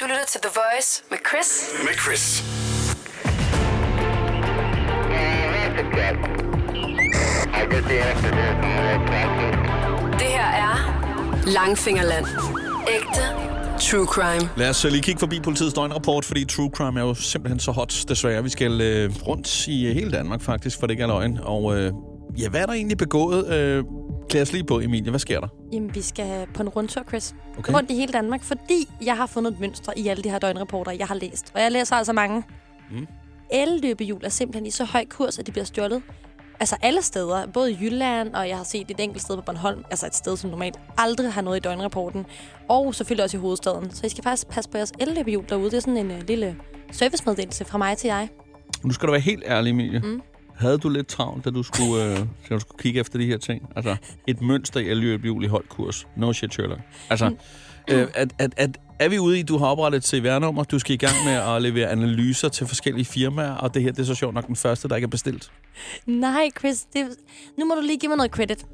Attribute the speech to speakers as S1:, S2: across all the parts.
S1: Du lytter til The Voice med Chris.
S2: Med Chris.
S1: Det her er Langfingerland. Ægte true crime.
S3: Lad os øh, lige kigge forbi politiets døgnrapport, fordi true crime er jo simpelthen så hot, desværre. Vi skal øh, rundt i øh, hele Danmark, faktisk, for det ikke er løgn. Og øh, ja, hvad er der egentlig begået? Øh, Klæd os lige på, Emilie. Hvad sker der?
S4: Jamen, vi skal på en rundtur, Chris.
S3: Okay.
S4: Okay. Rundt i hele Danmark, fordi jeg har fundet et mønster i alle de her døgnrapporter, jeg har læst. Og jeg læser altså mange. Mm. Elløbehjul er simpelthen i så høj kurs, at de bliver stjålet. Altså alle steder, både i Jylland, og jeg har set et enkelt sted på Bornholm, altså et sted, som normalt aldrig har noget i døgnrapporten, og selvfølgelig også i hovedstaden. Så I skal faktisk passe på jeres elløbehjul derude. Det er sådan en øh, lille servicemeddelelse fra mig til jer.
S3: Nu skal du være helt ærlig, Emilie. Mm. Havde du lidt travlt, da du skulle, øh, da du skulle kigge efter de her ting? Altså, et mønster i elløbehjul i højt kurs. No shit, Sherlock. Altså, øh, at, at, at, er vi ude i, du har oprettet et CVR-nummer, du skal i gang med at levere analyser til forskellige firmaer, og det her, det er så sjovt nok den første, der ikke er bestilt.
S4: Nej, Chris, det... nu må du lige give mig noget credit.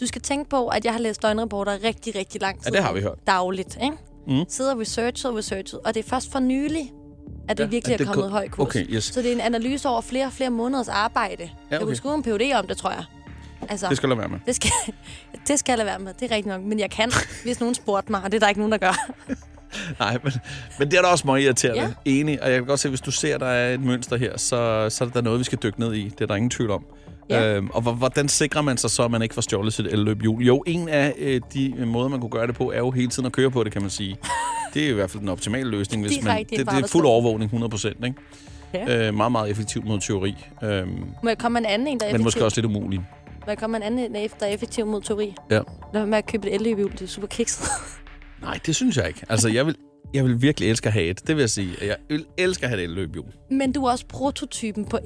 S4: Du skal tænke på, at jeg har læst døgnrapporter rigtig, rigtig lang tid.
S3: Ja, det har vi hørt.
S4: Dagligt, ikke? Mm. Sidder researchet og researchet, og det er først for nylig, at det ja, virkelig
S3: at
S4: at
S3: det
S4: er kommet
S3: kom-
S4: høj kurs.
S3: okay, yes.
S4: Så det er en analyse over flere og flere måneders arbejde. Ja, okay. Jeg
S3: okay.
S4: kunne skrive en PhD om det, tror jeg. Altså,
S3: Det skal du lade være med.
S4: det skal, det skal jeg lade være med. Det er rigtigt nok. Men jeg kan, hvis nogen spurgte mig, og det er der ikke nogen, der gør.
S3: Nej, men, men det er da også meget irriterende. Ja.
S4: Ja.
S3: Enig. Og jeg kan godt se, hvis du ser, der er et mønster her, så, så er der noget, vi skal dykke ned i. Det er der ingen tvivl om. Ja.
S4: Ja.
S3: Øhm, og hvor- hvordan sikrer man sig så, at man ikke får stjålet sit elløbhjul? Jo, en af øh, de øh, måder, man kunne gøre det på, er jo hele tiden at køre på det, kan man sige. Det er i hvert fald den optimale løsning. Hvis man,
S4: Direkte
S3: det, det
S4: ind
S3: er
S4: på
S3: fuld
S4: arbejdspladsen.
S3: overvågning, 100 procent.
S4: Ja.
S3: Øh, meget, meget effektivt mod teori. Øhm, men
S4: Må jeg komme med en anden en, der er effektiv?
S3: måske også lidt umuligt.
S4: Må jeg komme med en anden en, der er effektiv mod teori?
S3: Ja.
S4: Lad være med at købe et elløbehjul. Det er super kikset.
S3: Nej, det synes jeg ikke. Altså, jeg vil, jeg vil virkelig elske at have et. Det vil jeg sige. Jeg vil elske at have et elløbhjul.
S4: Men du er også prototypen på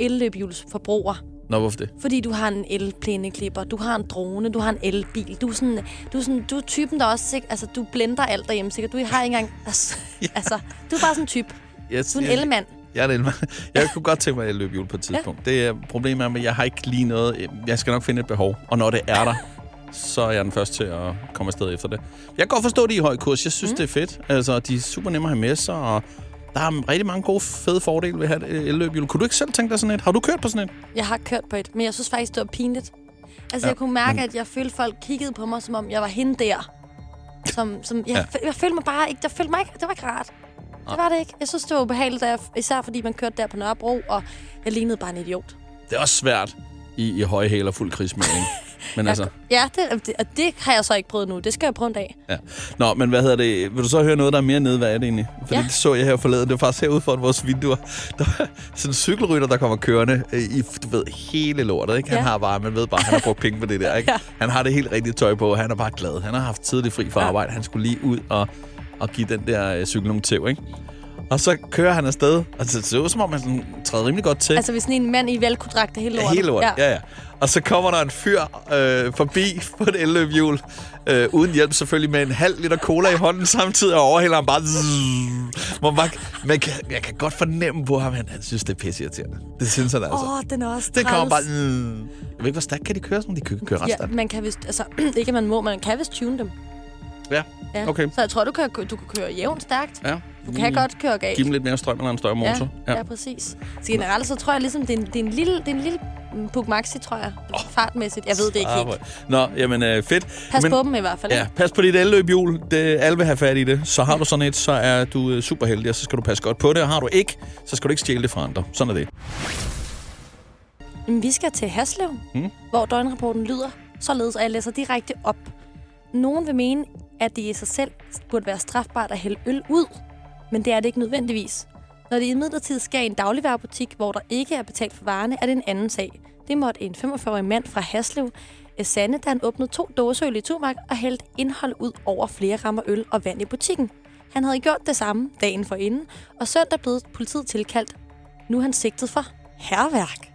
S4: elløbhjulsforbruger.
S3: Nå, hvorfor det?
S4: Fordi du har en elplæneklipper, du har en drone, du har en elbil. Du er, sådan, du er, sådan, du er typen, der også... sik- Altså, du blender alt derhjemme, sikkert. Du har ikke engang... Altså, ja. altså, du er bare sådan en type.
S3: Yes,
S4: Du er en
S3: yes.
S4: elmand.
S3: Jeg er en elmand. Jeg kunne godt tænke mig at løbe hjul på et tidspunkt. Ja. Det er, problemet er, at jeg har ikke lige noget... Jeg skal nok finde et behov, og når det er der, så er jeg den første til at komme afsted efter det. Jeg kan godt forstå det i høj kurs. Jeg synes, mm. det er fedt. Altså, de er super nemme at have med sig, og der er rigtig mange gode, fede fordele ved at have et elløbhjul. Kunne du ikke selv tænke dig sådan et? Har du kørt på sådan et?
S4: Jeg har kørt på et, men jeg synes faktisk, det var pinligt. Altså,
S3: Ja,
S4: ja, jeg kunne mærke, at jeg følte, folk kiggede på mig, som om jeg var hende der. Som, som, jeg, ja. jeg følte mig bare ikke... Jeg følte mig ikke... Det var ikke rart. Det var det ikke. Jeg synes, det var ubehageligt, da jeg, især fordi man kørte der på Nørrebro, og jeg lignede bare en idiot.
S3: Det er også svært i, i høje hæler fuld krigsmelding. Men altså...
S4: Ja, det, det, og det har jeg så ikke prøvet nu. Det skal jeg prøve en dag.
S3: Ja. Nå, men hvad hedder det? Vil du så høre noget, der er mere nede? Hvad er det egentlig? Fordi ja.
S4: Ja.
S3: det så jeg her forleden. Det var faktisk herude foran vores vinduer. Der var sådan en cykelrytter, der kommer kørende øh, i, du ved, hele lortet. Ikke? Han
S4: Ja.
S3: har bare, man ved bare, han har brugt penge på det der. Ikke?
S4: Ja.
S3: Han har det helt rigtige tøj på. Han er bare glad. Han har haft tidlig fri fra
S4: Ja.
S3: arbejde. Han skulle lige ud og, og give den der øh, cykel nogle tæv, ikke? Og så kører han afsted, og det ser ud som om, han sådan træder rimelig godt til.
S4: Altså, hvis sådan en mand i velkodragt er helt lort.
S3: Ja, Hele lort, ja. ja, ja. Og så kommer der en fyr øh, forbi på et elløbhjul, øh, uden hjælp selvfølgelig, med en halv liter cola i hånden samtidig, og overhælder ham bare... Zzz, hvor man, bare- man kan, jeg kan godt fornemme på ham, han, han synes, det er pisseirriterende. Det synes han altså.
S4: Åh, oh, den er også
S3: det kommer
S4: træls.
S3: bare... Mm. Jeg ved ikke, hvor stærkt kan de køre sådan? De kan ikke køre ret
S4: Ja,
S3: stærkt.
S4: man kan vist, altså, ikke at man må, man kan vist tune dem.
S3: Ja.
S4: Ja.
S3: Okay.
S4: Så jeg tror, du kan, du kan køre jævnt stærkt.
S3: ja.
S4: Du kan godt køre galt.
S3: Giv dem lidt mere strøm eller en større motor.
S4: Ja, ja. ja, præcis. Så generelt, så tror jeg ligesom, det er en, det er en lille, det er en lille mm, Puk Maxi, tror jeg. Oh. Fartmæssigt. Jeg ved det ikke helt.
S3: Nå, jamen øh, fedt.
S4: Pas
S3: Ah, Men-
S4: på dem i hvert fald.
S3: Ja,
S4: ikke?
S3: pas på dit elløbhjul. Det, alle vil have fat i det. Så har du sådan et, så er du øh, super heldig, og så skal du passe godt på det. Og har du ikke, så skal du ikke stjæle det fra andre. Sådan er det.
S4: Jamen, vi skal til Haslev, mm. hvor døgnrapporten lyder således, og jeg læser direkte op. Nogen vil mene, at det i sig selv burde være strafbart at hælde øl ud, men det er det ikke nødvendigvis. Når det i midlertid sker i en dagligvarerbutik, hvor der ikke er betalt for varerne, er det en anden sag. Det måtte en 45-årig mand fra Haslev øh, sande, da han åbnede to dåseøl i Tumark og hældte indhold ud over flere rammer øl og vand i butikken. Han havde gjort det samme dagen forinden, og søndag blev politiet tilkaldt. Nu er han sigtet for herværk.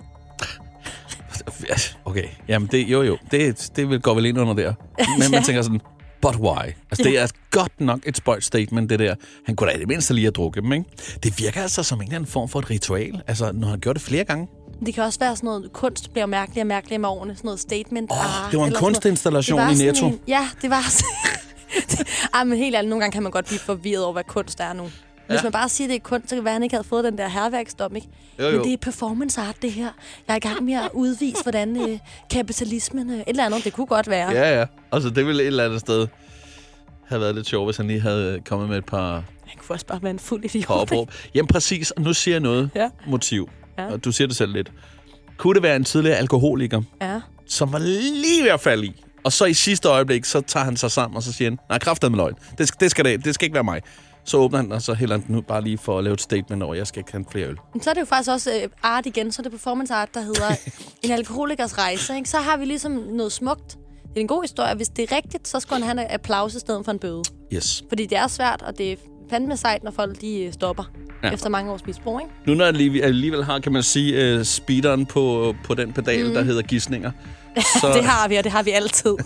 S3: Okay, jamen det, jo jo, det, det vil gå vel ind under der. Men man tænker sådan, but why? Altså, det er godt nok et spøjt statement, det der. Han kunne da i det mindste lige at drukke dem, ikke? Det virker altså som en eller anden form for et ritual. Altså, når han gjorde det flere gange.
S4: Det kan også være sådan noget, kunst bliver mærkeligere og mærkeligere med årene. Sådan noget statement.
S3: Åh,
S4: art
S3: det var en
S4: eller sådan noget.
S3: kunstinstallation
S4: Det var
S3: i
S4: sådan
S3: Netto.
S4: En, ja, det var sådan- Ej, men helt ærligt, nogle gange kan man godt blive forvirret over, hvad kunst er nu. Hvis
S3: Ja.
S4: man bare siger, det er kunst, så kan det være, at han ikke havde fået den der herværksdom, ikke?
S3: Jo, jo.
S4: Men det er performance art, det her. Jeg er i gang med at udvise, hvordan øh, kapitalismen... Øh, et eller andet, det kunne godt være.
S3: Ja, ja. Altså, det ville et eller andet sted have været lidt sjovt, hvis han lige havde øh, kommet med et par,
S4: Han kunne også bare være en fuld
S3: par
S4: idiot.
S3: opråb. Jamen, præcis. Og nu siger jeg noget
S4: Ja.
S3: motiv.
S4: Ja.
S3: Og du siger det selv lidt. Kunne det være en tidligere alkoholiker,
S4: Ja.
S3: som var lige ved at falde i? Og så i sidste øjeblik, så tager han sig sammen, og så siger han, nej, kraftet med løgn. Det, skal- det, skal det, det skal ikke være mig. Så åbner han, og så hælder han den ud bare lige for at lave et statement over, jeg skal ikke have flere øl.
S4: Men Så er det jo faktisk også øh, art igen, så er det performance art, der hedder En alkoholikers rejse. Ikke? Så har vi ligesom noget smukt. Det er en god historie. Hvis det er rigtigt, så skal han have en applaus i stedet for en bøde.
S3: Yes.
S4: Fordi det er svært, og det er fandme sejt, når folk de øh, stopper
S3: Ja.
S4: ja. efter mange års misbrug. Ikke?
S3: Nu når jeg lige- alligevel har, kan man sige, uh, speederen på, på den pedal, mm. der hedder gissninger, så,
S4: Det har vi, og det har vi altid.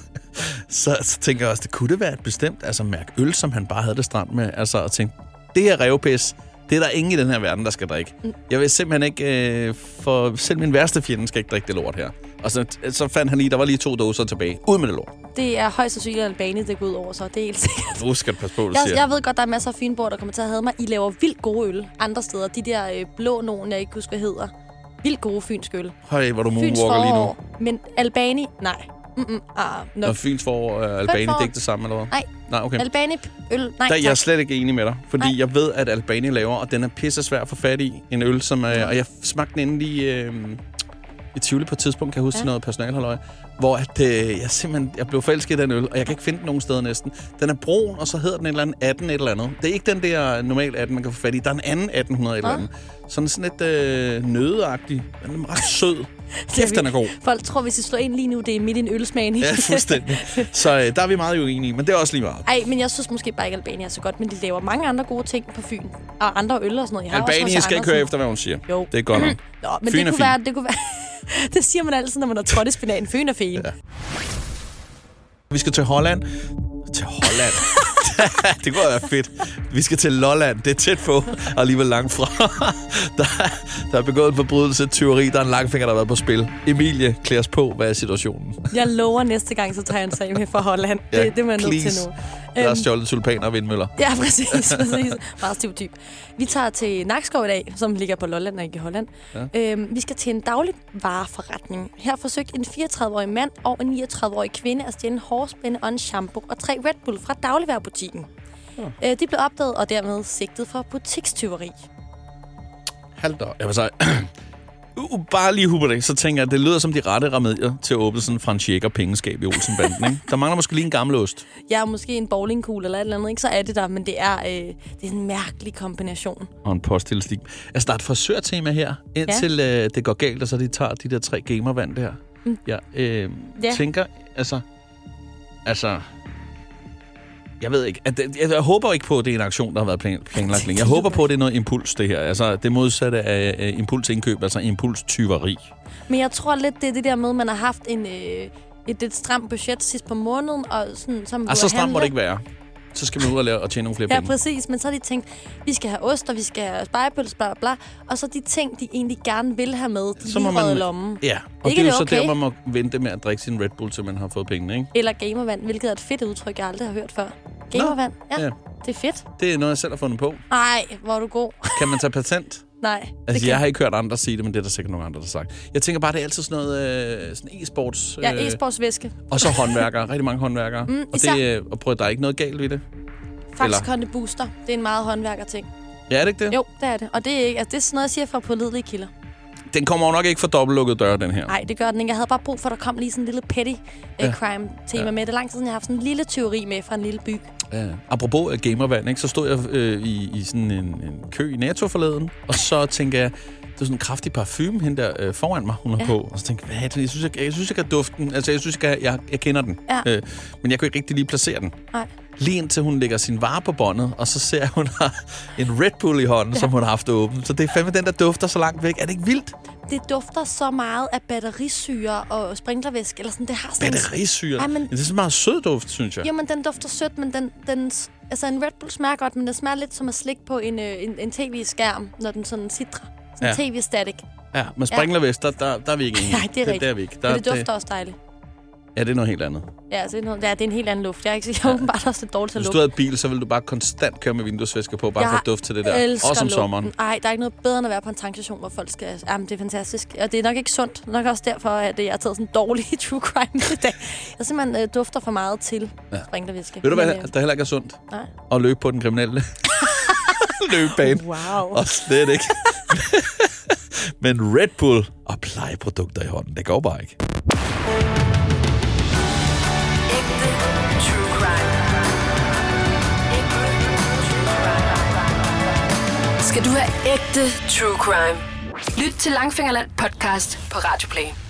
S3: så, så tænker jeg også, det kunne det være et bestemt altså, mærke øl, som han bare havde det stramt med. Altså at tænke, det her revpis, det er der ingen i den her verden, der skal drikke.
S4: Mm.
S3: Jeg vil simpelthen ikke, øh, for selv min værste fjende skal ikke drikke det lort her. Og så, så fandt han lige, der var lige to doser tilbage. Ud med det lort.
S4: Det er højst sandsynligt Albani, det går ud over, så det er helt sikkert.
S3: Nu skal du passe på, hvad du
S4: Jeg,
S3: siger.
S4: jeg ved godt, der er masser af finbord, der kommer til at have mig. I laver vildt gode øl andre steder. De der øh, blå nogen, jeg ikke husker, hvad hedder. Vildt gode fynsk øl.
S3: Høj, hvor du
S4: Fyns
S3: moonwalker lige nu.
S4: forår, men Albani, nej. Mm-mm, ah, no.
S3: Når Fyns forår øh, Albani, det er
S4: forår.
S3: ikke det samme, eller hvad?
S4: Nej.
S3: Nej, okay.
S4: Albani, p- øl, nej
S3: Der,
S4: tak.
S3: jeg er slet ikke enig med dig, fordi Nej.
S4: Nej.
S3: jeg ved, at Albani laver, og den er pisse svær at få fat i, en øl, som
S4: Mm.
S3: er, og jeg smagte den endelig øh, i Tivoli på et tidspunkt, kan jeg huske ja.
S4: Ja.
S3: noget personalhalløj, hvor at, øh, jeg simpelthen jeg blev forelsket i den øl, og jeg kan ikke finde den nogen steder næsten. Den er brun, og så hedder den et eller andet 18 et eller andet. Det er ikke den der normal 18, man kan få fat i. Der er en anden 1800 et eller
S4: Nå.
S3: andet. Sådan sådan lidt øh, nødeagtig. Den er ret sød. Kæft, den er god.
S4: Folk tror, hvis de slår ind lige nu, det er midt i en ølsmagen.
S3: Ja, fuldstændig. Så øh, der er vi meget uenige, men det er også lige meget.
S4: Ej, men jeg synes måske bare ikke, Albani er så godt, men de laver mange andre gode ting på Fyn. Og andre øl og sådan noget. Jeg har også
S3: Albani
S4: H.C.
S3: skal ikke høre
S4: Andersen.
S3: efter, hvad hun siger.
S4: Jo.
S3: Det er godt nok.
S4: Nå, men
S3: Fyn er
S4: det kunne,
S3: fin.
S4: være, det kunne være... det siger man altid, når man har trådt i spinaten. Fyn er fin.
S3: Ja. Vi skal til Holland. Til Holland. det kunne være fedt. Vi skal til Lolland. Det er tæt på, og alligevel langt fra. der, der er begået en forbrydelse, et tyveri. Der er en langfinger, der har været på spil. Emilie, klæder os på. Hvad er situationen?
S4: Jeg lover næste gang, så tager jeg en sag med fra Holland.
S3: Ja,
S4: Ja, det, det er man nødt til
S3: please.
S4: nu.
S3: Der er
S4: Øhm,
S3: stjålet tulipaner og vindmøller.
S4: Ja, præcis. præcis. Meget stereotyp. Vi tager til Nakskov i dag, som ligger på Lolland og ikke i Holland. Ja. Øhm, vi skal til en dagligvareforretning. Her forsøgte en 34-årig mand og en 39-årig kvinde at stjæle en hårspænde og en shampoo og tre Red Bull fra dagligvarebutikken. Ja. Øh, de blev opdaget og dermed sigtet for butikstyveri.
S3: Halv dør. Jeg var så... Uh, bare lige hupper det, så tænker jeg, at det lyder som de rette remedier til åbnelsen fra en tjek og pengeskab i Olsenbanden. Ikke? Der mangler måske lige en gammel ost.
S4: Jeg er måske en bowlingkugle eller et eller andet, ikke? så er det der, men det er, øh, det er en mærkelig kombination.
S3: og en postilstik. Altså, der er et frisørtema her, indtil ja. øh, det går galt, og så de tager de der tre gamervand der. Mm. Jeg øh, ja.
S4: Ja.
S3: tænker, altså... Altså... Jeg ved ikke. At, det- jeg, jeg håber ikke på, at det er en aktion, der har været plan, planlagt længe. Jeg håber på, at det er noget impuls, det her. Altså, det modsatte af øh, impulsindkøb, altså impulstyveri.
S4: Men jeg tror lidt, det er det der med, at man har haft en, øh, et lidt stramt budget sidst på måneden, og sådan, så har man
S3: Altså, så
S4: gået
S3: stramt må
S4: handle.
S3: det ikke være. Så skal man ud og, lave, og tjene nogle flere
S4: Ja,
S3: penge.
S4: præcis. Men så har de tænkt, vi skal have ost, og vi skal have spejepøls, bla, bla, bla. Og så de ting, de egentlig gerne vil have med, de så
S3: må
S4: lige
S3: man-
S4: man... i lommen.
S3: Ja, og
S4: Ikke
S3: det er
S4: er
S3: jo
S4: det
S3: så der,
S4: okay?
S3: man må vente med at drikke sin Red Bull, til man har fået pengene, ikke?
S4: Eller gamervand, hvilket er et fedt udtryk, jeg aldrig har hørt før. Gamervand, ja,
S3: ja.
S4: ja. Det er fedt.
S3: Det er noget, jeg selv har fundet på.
S4: Nej, hvor er du god.
S3: Kan man tage patent?
S4: Nej, det
S3: Altså,
S4: kan
S3: jeg har ikke hørt andre sige det, men det er der sikkert nogle andre, der har sagt. Jeg tænker bare, det er altid sådan noget øh, sådan e-sports... øh,
S4: jeg er e-sportsvæske.
S3: og så håndværkere. Rigtig mange håndværkere. Mm, og, det,
S4: især-
S3: øh, og prøv, at- der er ikke noget galt ved det.
S4: Faktisk Conde Booster. Det er en meget håndværker-ting.
S3: Ja, er det ikke det?
S4: Jo, det er det. Og det er, ikke, altså, det er sådan noget, jeg siger fra pålidelige kilder.
S3: Den kommer jo nok ikke fra dobbeltlukkede døre, den her.
S4: Nej, det gør den ikke. Jeg havde bare brug for, at der kom lige sådan en lille petty
S3: Ja.
S4: ja. crime-tema
S3: Ja.
S4: ja. med. Det er lang tid siden, jeg har haft sådan en lille teori med fra en lille by.
S3: Ja. Apropos øh, gamervand, ikke, så stod jeg øh, i, i sådan en, en kø i Netto forleden, og så tænkte jeg, det er sådan en kraftig parfume, hende der øh, foran mig, hun har ja.
S4: Ja.
S3: på. Og så tænkte jeg, hvad er det? Jeg synes, jeg, jeg, synes, jeg kan dufte den. Altså, jeg synes, jeg, kan, jeg, jeg kender den.
S4: Ja.
S3: Øh, men jeg kunne ikke rigtig lige placere den.
S4: Nej.
S3: Lige indtil hun lægger sin vare på båndet, og så ser jeg, hun har en Red Bull i hånden, ja. som hun har haft åben. Så det er fandme den, der dufter så langt væk. Er det ikke vildt?
S4: det dufter så meget af batterisyre og sprinklervæske, eller sådan, det har sådan...
S3: Batterisyre.
S4: Ej, men-
S3: Det er sådan en meget sød duft, synes jeg.
S4: Jamen, den dufter sødt, men den, den, s- altså, en Red Bull smager godt, men den smager lidt som at slikke på en, øh, en, en tv-skærm, når den sådan sidder. Sådan
S3: Ja.
S4: ja. tv-static.
S3: Ja, men sprinklervest, der, der, der er vi ikke enige.
S4: Nej, det er
S3: Der,
S4: rigtigt.
S3: der er vi ikke. Der,
S4: Men det dufter også dejligt.
S3: Ja, det er noget helt andet.
S4: Ja, altså, det er noget- ja, det er en helt anden luft. Jeg er, ikke, jeg er åbenbart også lidt dårlig til at
S3: Hvis
S4: lugte.
S3: du havde bil, så ville du bare konstant køre med vinduesvæsker på, bare for
S4: Jeg
S3: at duft til det der.
S4: elsker
S3: Også om
S4: lugten.
S3: sommeren.
S4: Ej, der er ikke noget bedre, end at være på en tankstation, hvor folk skal... Jamen, det er fantastisk. Og det er nok ikke sundt. Det er nok også derfor, at øh, jeg har taget sådan en dårlig true crime i dag. Jeg simpelthen øh, dufter for meget til ja. sprinklerviske.
S3: Ved du, hvad
S4: Men, øh,
S3: der heller ikke er sundt?
S4: Nej.
S3: At løbe på den kriminelle løbebane.
S4: Wow.
S3: Og slet ikke. Men Red Bull og plejeprodukter i hånden, det går bare ikke.
S1: Ægte true crime. Ægte true crime. Skal du have ægte true crime? Lyt til Langfingerland podcast på Radio Play.